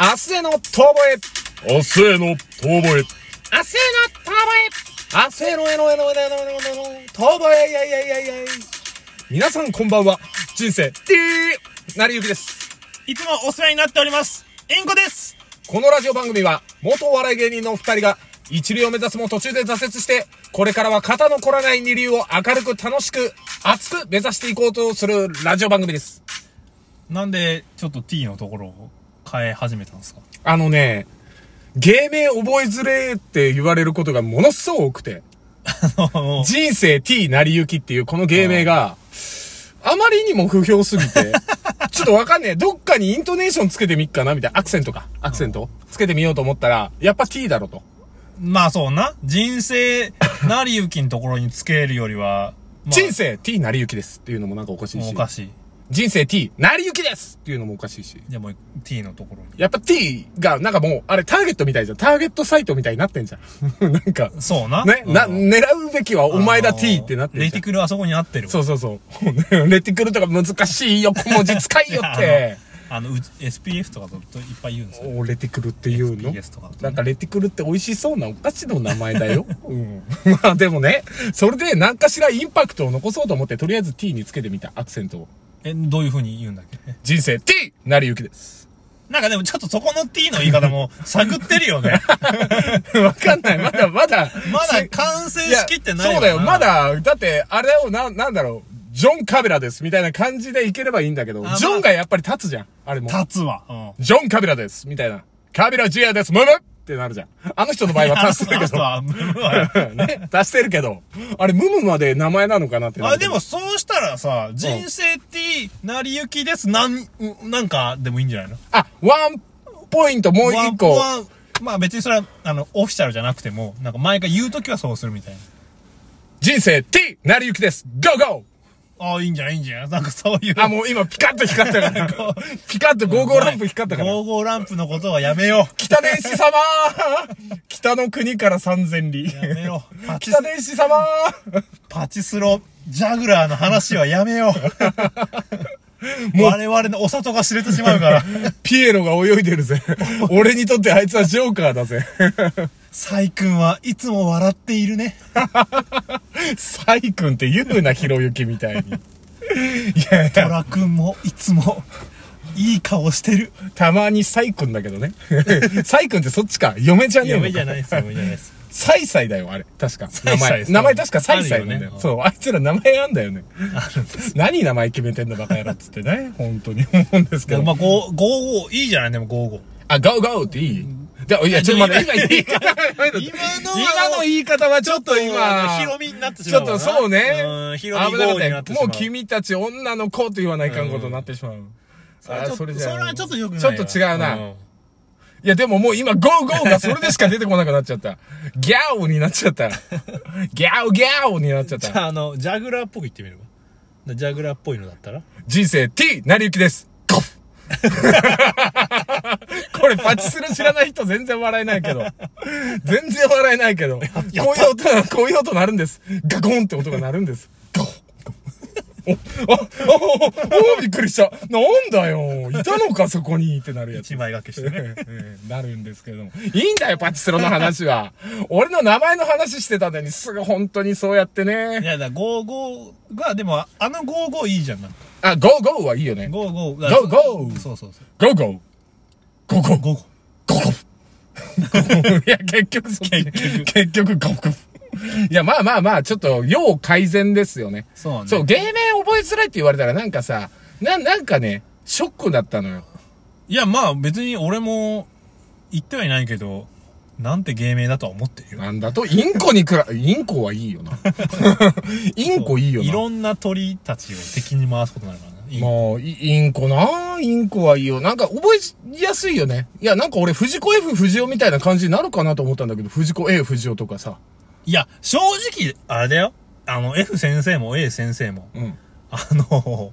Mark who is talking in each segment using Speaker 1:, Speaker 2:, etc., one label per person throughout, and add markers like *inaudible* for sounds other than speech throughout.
Speaker 1: 明日への遠吠
Speaker 2: 明日への遠吠え。
Speaker 1: え明日への遠吠え明日へのえのえのえのえのえのえのえの遠吠えいやいやいやいやい皆さんこんばんは。人生、てーなりゆきです。
Speaker 3: いつもお世話になっております。インコです。
Speaker 1: このラジオ番組は、元お笑い芸人のお二人が、一流を目指すも途中で挫折して、これからは肩の凝らない二流を明るく楽しく、熱く目指していこうとするラジオ番組です。
Speaker 3: なんで、ちょっと t のところを変え始めたんですか
Speaker 1: あのね、芸名覚えづれーって言われることがものすごく多くて。人生 T 成り行きっていうこの芸名が、あまりにも不評すぎて、 *laughs* ちょっとわかんねえ。どっかにイントネーションつけてみっかなみたいな。アクセントか。アクセントつけてみようと思ったら、やっぱ T だろと。
Speaker 3: *laughs* まあそうな。人生、なりゆきのところにつけるより
Speaker 1: *laughs*
Speaker 3: は、まあ
Speaker 1: 人生 T 成り行きですっていうのもなんかおかしい
Speaker 3: もう
Speaker 1: し
Speaker 3: お。かしい。
Speaker 1: 人生 T 成り行きですっていうのもおかしいし。
Speaker 3: じゃあもう t のところに。
Speaker 1: やっぱ T がなんかもう、あれターゲットみたいじゃん。ターゲットサイトみたいになってんじゃん。なん *laughs* か、
Speaker 3: そうな。
Speaker 1: ね、
Speaker 3: うん
Speaker 1: な、狙うべきはお前だ
Speaker 3: あの
Speaker 1: T ってなってる
Speaker 3: レ
Speaker 1: じ
Speaker 3: テ
Speaker 1: ゃん
Speaker 3: ィ。クルあそこに合ってるわ
Speaker 1: そうそう *laughs* そう。レティクルとか難しい横文字使いよっ
Speaker 3: い
Speaker 1: て
Speaker 3: や。あの、う SPF とかとといっぱい言うんですよ。
Speaker 1: おレティクルっていうの
Speaker 3: PS とかだとね
Speaker 1: なんかレティクルって美味しそうなお菓子の名前だ
Speaker 3: *laughs*
Speaker 1: よ。うん。まあでもね、それで何かしらインパクトを残そうと思って、とりあえず T につけてみた、アクセントを。
Speaker 3: え、どういう風に言うんだっけ
Speaker 1: 人生 T! なりゆきです。 *laughs*
Speaker 3: なんかでもちょっとそこの t の言い方も探ってるよね。
Speaker 1: わかんない。まだまだ。
Speaker 3: まだ
Speaker 1: せ
Speaker 3: 完成
Speaker 1: いや
Speaker 3: しきってない
Speaker 1: そうだよ。ま。だ、だって、あれをな、なんだろう。ジョン・カメラです。みたいな感じでいければいいんだけど、
Speaker 3: まあ
Speaker 1: ジョンがやっぱり立つじゃん。あれも。
Speaker 3: 立つわ。うん。
Speaker 1: ジョン・カビラですみたいな。カビラ・ジアですムムってなるじゃん。あの人の場合は足してるけど。
Speaker 3: あの人は
Speaker 1: *laughs* ね、足してるけど。あれ、ムムまで名前なのかなってな
Speaker 3: あ、
Speaker 1: るけ
Speaker 3: で
Speaker 1: ど
Speaker 3: もそうしたらさ、人生 T なりゆきです。なん、うなんかでもいいんじゃないの
Speaker 1: あ、ワンポイントもう
Speaker 3: ワ
Speaker 1: 一
Speaker 3: ン
Speaker 1: 個。
Speaker 3: ワンまあ別にそれは、あの、オフィシャルじゃなくても、なんか毎回言うときはそうするみたいな。
Speaker 1: 人生 T! なりゆきですゴーゴ
Speaker 3: ああ、いいんじゃないいいんじゃないなんかそういう。
Speaker 1: ーあ、もう今ピカッと光ったから。ピカッとゴーゴーランプ光ったから。
Speaker 3: ゴーゴーランプのことはやめよう。
Speaker 1: 北電子様北の国から三千里。
Speaker 3: やめよ
Speaker 1: *laughs*
Speaker 3: う。パチ
Speaker 1: 北電子様
Speaker 3: パチスロ、ジャグラーの話はやめよ
Speaker 1: *laughs*
Speaker 3: う。我々のお里が知れてしまうから、
Speaker 1: ピエロが泳いでるぜ。俺にとってあいつはジョーカーだぜ。
Speaker 3: サイ君はいつも笑っているね。
Speaker 1: サイ君って言うな、ひろゆきみたいに。いやい
Speaker 3: ト
Speaker 1: や、
Speaker 3: ラ君もいつも、いい顔してる。
Speaker 1: たまにサイ君だけどね。 *laughs* サイ君ってそっちか。嫁じゃねえのか。
Speaker 3: 嫁じゃないです、嫁じゃない *laughs* です。
Speaker 1: サイサイだよ、あれ。確か。
Speaker 3: サ
Speaker 1: 名
Speaker 3: イサイ
Speaker 1: 前。
Speaker 3: そう
Speaker 1: 名前確かサイサイなんだ
Speaker 3: あるよ
Speaker 1: よ。
Speaker 3: ね
Speaker 1: そう、あいつら名前あんだよね。
Speaker 3: あるんです。
Speaker 1: 何名前決めてんのバカ野郎っつってね。本当に思うんですけど。
Speaker 3: まあ、ゴー、ゴーゴー、いいじゃないでもゴーゴー。
Speaker 1: あ、ガウガウっていいじゃあ、いや、ちょっと待って、今言い方
Speaker 3: 今のは
Speaker 1: 今の言い方はちょっと今、
Speaker 3: ヒロミになってし
Speaker 1: ちょ
Speaker 3: まう
Speaker 1: っ
Speaker 3: わな。
Speaker 1: とそうね。
Speaker 3: うん、ヒ
Speaker 1: 危
Speaker 3: ロミ
Speaker 1: なか
Speaker 3: ゴ
Speaker 1: っ
Speaker 3: ー
Speaker 1: た
Speaker 3: にな
Speaker 1: よ
Speaker 3: ってしま
Speaker 1: も
Speaker 3: う。
Speaker 1: う君たち女の子と言わないかんことになってしまう。あ
Speaker 3: それそれはちょっと良くないわ。
Speaker 1: ちょっと違うな。
Speaker 3: ん
Speaker 1: いや、でももう今、ゴーゴーがそれでしか出てこなくなっちゃった。ギャオになっちゃった。ギャオギャオになっちゃっ
Speaker 3: じ
Speaker 1: た。
Speaker 3: ゃあ、あの、ジャグラーっぽく言ってみれば。だジャグラーっぽいのだったら
Speaker 1: 人生 T、なりゆきです。ゴフこれ、パチスロ知らない人全然笑えないけど。全然笑えないけど。こういう音が、こういう音鳴るんです。ガコンって音が鳴るんです。ゴフお、あ、あ、お、びっくりした。なんだよ。いたのか、そこに。ってなるやつ。
Speaker 3: 一枚掛けして *laughs* ね。
Speaker 1: なるんですけれども。いいんだよ、パチスロの話は。俺の名前の話してたのに、すぐ本当にそうやって
Speaker 3: い
Speaker 1: ね。
Speaker 3: や、だ、ゴーゴーが、でも、あのゴーゴーいいじゃん、なんか。
Speaker 1: あ、ゴーゴーはいいよね。
Speaker 3: ゴーゴー。
Speaker 1: ゴーゴー
Speaker 3: そうそうそ
Speaker 1: ゴ
Speaker 3: う。
Speaker 1: ーゴー。ゴーゴー。
Speaker 3: *laughs*
Speaker 1: ゴ
Speaker 3: ゴーゴー。
Speaker 1: コフ。いや、結局そっち、結局、結局ゴコフ。いや、まあまあまあ、ちょっと、要改善ですよね。
Speaker 3: そうね。
Speaker 1: そう、芸名覚えづらいって言われたら、なんかさ、な、なんかね、ショックだったのよ。
Speaker 3: いや、まあ別に俺も言ってはいないけど、なんて芸名だとは思ってるよ。
Speaker 1: なんだと、インコにくら、インコはいいよ
Speaker 3: *laughs*
Speaker 1: な。インコいいよな。
Speaker 3: いろんな鳥たちを敵に回すことになるからな。いい
Speaker 1: まあ、イインコなあインコはいいよ。なんか覚えやすいよね。いや、なんか俺、藤子 F 藤尾みたいな感じになるかなと思ったんだけど、藤子 A 藤尾とかさ。
Speaker 3: いや、正直、あれだよ。あの、F 先生も A 先生も、
Speaker 1: うん。
Speaker 3: あの、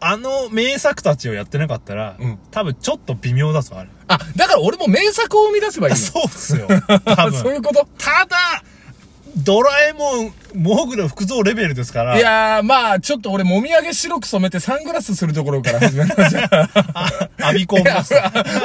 Speaker 3: あの名作たちをやってなかったら、
Speaker 1: うん
Speaker 3: 多分ちょっと微妙だぞ、あれ。
Speaker 1: あ、だから俺も名作を生み出せばいいの。 *laughs*
Speaker 3: そうっすよ。多
Speaker 1: あ、そうい
Speaker 3: 分。
Speaker 1: うこと
Speaker 3: ただ、ドラえもん、モーグル服装レベルですから。
Speaker 1: いやー、まあ、ちょっと俺、もみあげ白く染めてサングラスするところから始める *laughs* わ。じゃあ、
Speaker 3: あ、アビコを目指す。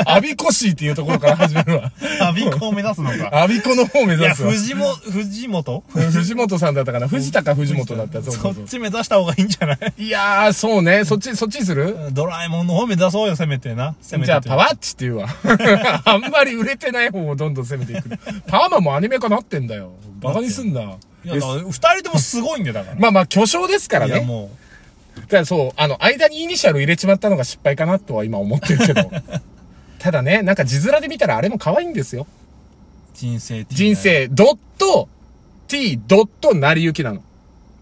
Speaker 1: アビコシーっていうところから始めるわ。
Speaker 3: アビコを目
Speaker 1: *laughs*
Speaker 3: 指すのか。
Speaker 1: アビコの方を目
Speaker 3: いや、
Speaker 1: 指すわ。
Speaker 3: 藤も、藤本
Speaker 1: 藤本さんだったかな藤高藤本だった。そうそ
Speaker 3: そう
Speaker 1: そう
Speaker 3: っち目指した方がいいんじゃない
Speaker 1: いやー、そうね。そっち、そっちにする
Speaker 3: ドラえもんの方目指そうよ、せめてな。せめて
Speaker 1: じゃあ、パワ
Speaker 3: ー
Speaker 1: ッチって言うわ。 *laughs* あんまり売れてない方をどんどん攻めていく。パーマもアニメ化なってんだよ。バカにすんな。
Speaker 3: いや、だから二人ともすごいんだよ、
Speaker 1: *laughs*
Speaker 3: だか。
Speaker 1: まあまあ、巨匠ですからら
Speaker 3: いや、
Speaker 1: ね。
Speaker 3: も
Speaker 1: だからそう、あの、間にイニシャル入れちまったのが失敗かなとは今思ってる
Speaker 3: *laughs*
Speaker 1: けど。ただね、なんか字面で見たらあれも可愛いんですよ。
Speaker 3: う、人生
Speaker 1: 人。生、ドット、t、ドット、成り行きなの。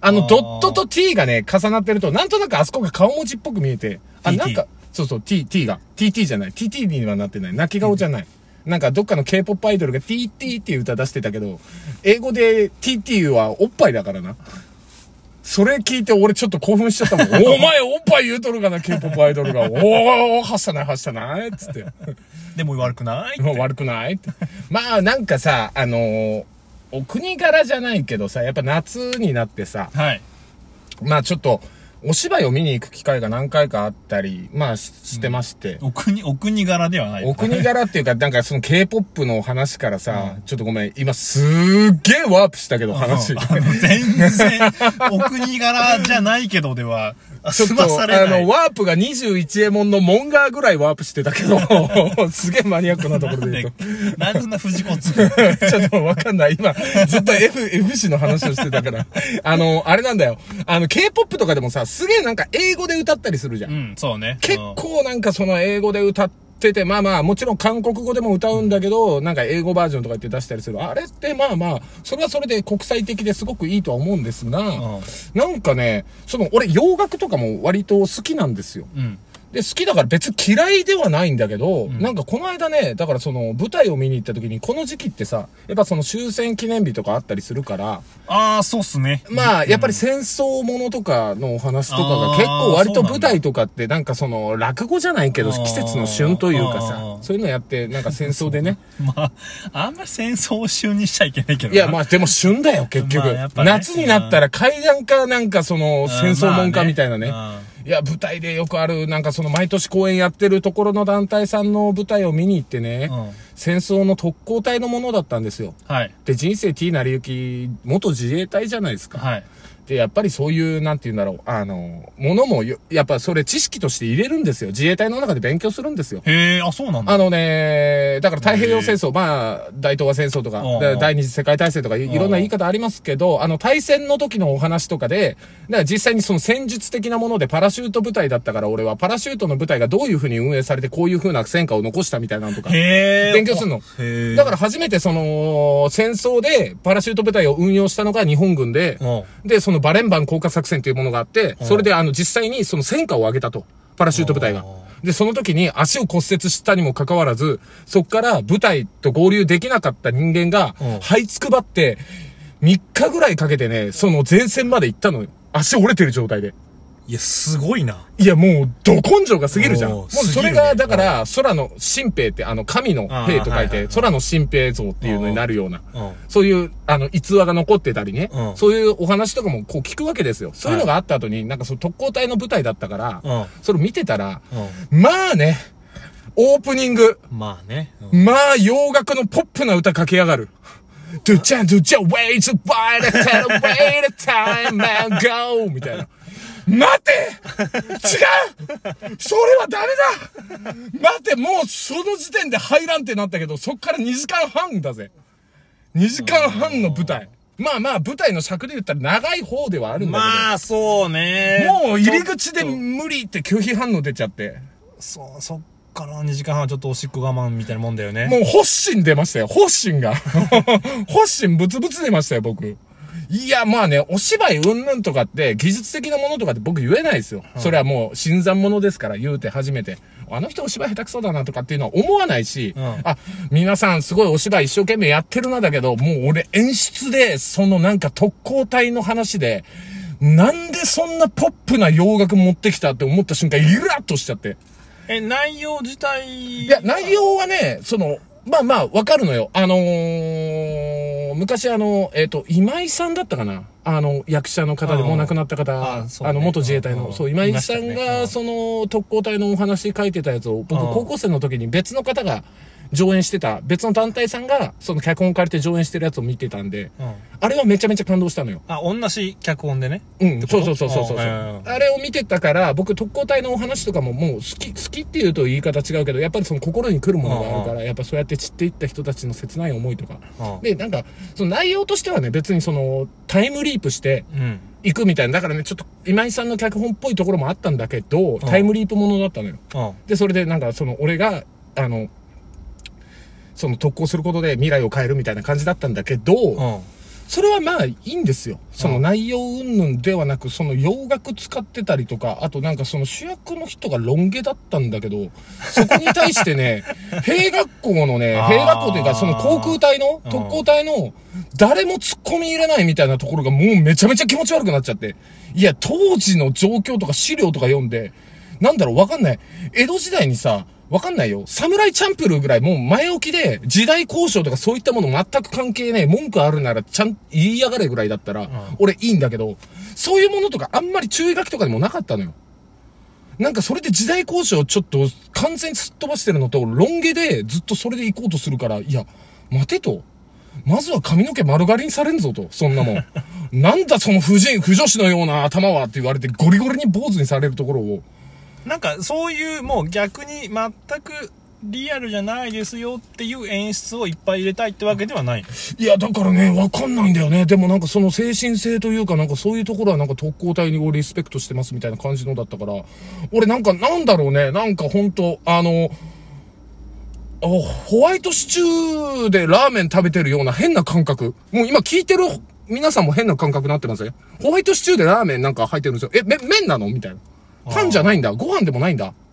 Speaker 1: あ
Speaker 3: あ
Speaker 1: の、
Speaker 3: ー
Speaker 1: ドットと t がね、重なってると、なんとなくあそこが顔文字っぽく見えて、あ、
Speaker 3: TT
Speaker 1: なんか、そうそう、t、t が、tt じゃない、tt にはなってない、泣き顔じゃない。なんか、どっかの K-POP アイドルが tt っていう歌出してたけど、英語で tt はおっぱいだからな。それ聞いて俺ちょっと興奮しちゃったもん。お前おっぱい言うとるかな、K-POP アイドルが。おーおー、はしたない、はしたない、つって。
Speaker 3: でも悪くない
Speaker 1: もう *laughs* 悪くないってまあなんかさ、あのーお国柄じゃないけどさ、やっぱ夏になってさ、
Speaker 3: はい。
Speaker 1: まあちょっと、お芝居を見に行く機会が何回かあったり、まあししてまして、
Speaker 3: お国、お国柄ではない。
Speaker 1: お国柄っていうか、なんかその K-POP の話からさ、ちょっとごめん、今すっげーワープしたけど話。
Speaker 3: うんあの全然、お国柄じゃないけどでは、
Speaker 1: *laughs* ちょっ
Speaker 3: 済
Speaker 1: と、
Speaker 3: ま
Speaker 1: あ
Speaker 3: されない。
Speaker 1: の、ワープが21エモンのモンガーぐらいワープしてたけ
Speaker 3: *laughs*
Speaker 1: ど、すげえマニアックなところで言うと。
Speaker 3: なんでそんな藤子
Speaker 1: *laughs*
Speaker 3: つ
Speaker 1: ちょっとわかんない。今、ずっと F、FC の話をしてたから。あの、あれなんだよ。あの、K-POP とかでもさ、すげえなんか英語で歌ったりするじゃん。
Speaker 3: うん、そうね。
Speaker 1: 結構なんかその英語で歌ってて、まあまあ、もちろん韓国語でも歌うんだけど、なんか英語バージョンとか言って出したりする。あれってまあまあ、それはそれで国際的ですごくいいとは思うんですが、
Speaker 3: ん
Speaker 1: なんかね、その、俺洋楽とかも割と好きなんですよ。
Speaker 3: うん。うん。
Speaker 1: で、好きだから別に嫌いではないんだけど、なんかこの間ね、だからその舞台を見に行った時に、この時期ってさ、やっぱその終戦記念日とかあったりするから、
Speaker 3: ああ、そうっすね。
Speaker 1: まあやっぱり戦争ものとかのお話とかが結構割と舞台とかってなんかその落語じゃないけど、
Speaker 3: あー
Speaker 1: 季節の旬というか
Speaker 3: あ
Speaker 1: さ、
Speaker 3: ー
Speaker 1: そういうのやってなんか戦争で
Speaker 3: *laughs*
Speaker 1: ね。
Speaker 3: まあ、あんまり戦争を旬にしちゃいけないけど
Speaker 1: いやまあでも旬だよ結局、
Speaker 3: まあやっぱね
Speaker 1: 夏になったら階段かなんかその戦争もんかみたいなね。
Speaker 3: まあね
Speaker 1: いや、舞台でよくある、なんかその毎年公演やってるところの団体さんの舞台を見に行ってね、
Speaker 3: うん
Speaker 1: 戦争の特攻隊のものだったんですよ。
Speaker 3: うんはい。
Speaker 1: で、人生 T なりゆき、元自衛隊じゃないですか。
Speaker 3: はい。
Speaker 1: で、やっぱりそういう、なんて言うんだろう、あの、ものもよ、やっぱそれ知識として入れるんですよ。自衛隊の中で勉強するんですよ。
Speaker 3: へえ、あ、そうなんだ。
Speaker 1: あのね、だから太平洋戦争、まあ、大東亜戦争とか
Speaker 3: うん、
Speaker 1: で第二次世界大戦とかい、
Speaker 3: ん
Speaker 1: いろんな言い方ありますけど、あの、対戦の時のお話とかで、だから実際にその戦術的なものでパラシュート部隊だったから、俺はパラシュートの部隊がどういう風に運営されて、こういう風な戦果を残したみたいなのとか、
Speaker 3: へえ。
Speaker 1: 勉強するの。
Speaker 3: へえ。
Speaker 1: だから初めてその、戦争でパラシュート部隊を運用したのが日本軍で、
Speaker 3: うん
Speaker 1: で、そのバレンバン降下作戦というものがあって、それであの実際にその戦果を上げたと。パラシュート部隊が。で、その時に足を骨折したにもかかわらず、そっから部隊と合流できなかった人間が
Speaker 3: うん、
Speaker 1: 這いつくばって、3日ぐらいかけてね、その前線まで行ったのよ。足折れてる状態で。
Speaker 3: いや、すごいな。
Speaker 1: いや、もう、ど根性が過ぎるじゃん。
Speaker 3: おー
Speaker 1: もう、それ
Speaker 3: 過ぎ
Speaker 1: が、
Speaker 3: るね
Speaker 1: だから、空の神兵って、あの、神の兵と
Speaker 3: あーは
Speaker 1: 書
Speaker 3: い
Speaker 1: い
Speaker 3: はいはい
Speaker 1: て、空の神兵像っていうのになるような。
Speaker 3: うん。
Speaker 1: そういう、あの、逸話が残ってたりね、
Speaker 3: うん
Speaker 1: そういうお話とかもこう聞くわけですよ。そういうのがあった後に、なんかその特攻隊の舞台だったから、
Speaker 3: うん
Speaker 1: それ見てたら、まあね、オープニング、
Speaker 3: まあね。うん
Speaker 1: まあ洋楽のポップな歌かけやがる。ドゥチャンドゥチャン、wait to wait a time, wait a time and go! みたいな。待て違うそれはダメだ待てもうその時点で入らんってなったけど、そっから2時間半だぜ。2時間半の舞台。まあまあ、舞台の尺で言ったら長い方ではあるんだ
Speaker 3: まあ、そう
Speaker 1: け
Speaker 3: ね。
Speaker 1: ど。もう入り口で無理って拒否反応出ちゃって。
Speaker 3: そう、そっから2時間半はちょっとおしっこ我慢みたいなもんだよね。
Speaker 1: もう、発疹出ましたよ。発疹が。 *laughs* 発疹ブツブツ出ましたよ、僕。いや、まあね、お芝居うんぬんとかって、技術的なものとかって僕言えないですよ。それはもう、新参者ですから、言うて初めて。あの人お芝居下手くそだなとかっていうのは思わないし、
Speaker 3: うん
Speaker 1: あ、皆さんすごいお芝居一生懸命やってるなだけど、もう俺演出で、そのなんか特攻隊の話で、なんでそんなポップな洋楽持ってきたって思った瞬間、イラッとしちゃって。
Speaker 3: え、内容自体。
Speaker 1: いや、内容はね、その、まあまあ、わかるのよ。あのー昔あの、えっ、と、今井さんだったかなあの、役者の方で
Speaker 3: うん
Speaker 1: もう亡くなった方、
Speaker 3: あ
Speaker 1: あ
Speaker 3: そうね
Speaker 1: の、元自衛隊
Speaker 3: うんうん
Speaker 1: の、そう、今井さん
Speaker 3: いましたねう
Speaker 1: が、
Speaker 3: ん
Speaker 1: その、特攻隊のお話書いてたやつを、僕、
Speaker 3: うん
Speaker 1: 高校生の時に別の方が上演してた、別の団体さんが、その脚本借りて上演してるやつを見てたんで、
Speaker 3: うん。
Speaker 1: あれはめちゃめちゃ感動したのよ。
Speaker 3: あ、同じ脚本でね。
Speaker 1: うん、
Speaker 3: こ
Speaker 1: そう
Speaker 3: と
Speaker 1: そうそうそうそう。
Speaker 3: あー
Speaker 1: あれを見てたから、僕特攻隊のお話とかももう好き、好きっていうと言い方違うけど、やっぱりその心に来るものがあるか
Speaker 3: うん
Speaker 1: ら、やっぱそうやって散っていった人たちの切ない思いとか。
Speaker 3: うん。
Speaker 1: で、なんか、その内容としてはね、別にその、タイムリープして
Speaker 3: うん。
Speaker 1: いくみたいな、だからね、ちょっと今井さんの脚本っぽいところもあったんだけど、タイムリープものだったのよ。
Speaker 3: うん。
Speaker 1: で、それでなんかその、俺が、あの、その特攻することで未来を変えるみたいな感じだったんだけど、
Speaker 3: うん。
Speaker 1: それはまあいいんですよ。そうの
Speaker 3: ん
Speaker 1: 内容云々ではなく、その洋楽使ってたりとか、あとなんかその主役の人がロン毛だったんだけど、そこに対して
Speaker 3: *laughs*
Speaker 1: ね、兵学校のね、
Speaker 3: あー
Speaker 1: 兵学校というかその航空隊の
Speaker 3: う、ん
Speaker 1: 特攻隊の、誰も突っ込み入れないみたいなところがもうめちゃめちゃ気持ち悪くなっちゃって。いや、当時の状況とか資料とか読んで、なんだろう、わかんない。江戸時代にさ、わかんないよ。侍チャンプルーぐらいもう前置きで、時代交渉とかそういったもの全く関係ねえ、文句あるならちゃん、言いやがれぐらいだったら、俺いいんだけど、そういうものとかあんまり注意書きとかでもなかったのよ。なんかそれで時代交渉をちょっと完全にすっ飛ばしてるのと、ロン毛でずっとそれで行こうとするから、いや、待てと。まずは髪の毛丸刈りにされんぞと、そんなもん。なんだその婦人、婦女子のような頭はって言われてゴリゴリに坊主にされるところを、
Speaker 3: なんかそういうもう逆に全くリアルじゃないですよっていう演出をいっぱい入れたいってわけではない。
Speaker 1: いや、だからね、わかんないんだよね。でもなんかその精神性というか、なんかそういうところはなんか特攻隊に俺リスペクトしてますみたいな感じのだったから、俺なんかなんだろうね、なんかほんと、あの、あホワイトシチューでラーメン食べてるような変な感覚。もう今聞いてる皆さんも変な感覚になってませんホワイトシチューでラーメンなんか入ってるんですよ。え、め、麺なのみたいな。パンじゃないんだ。ご飯でもないんだ。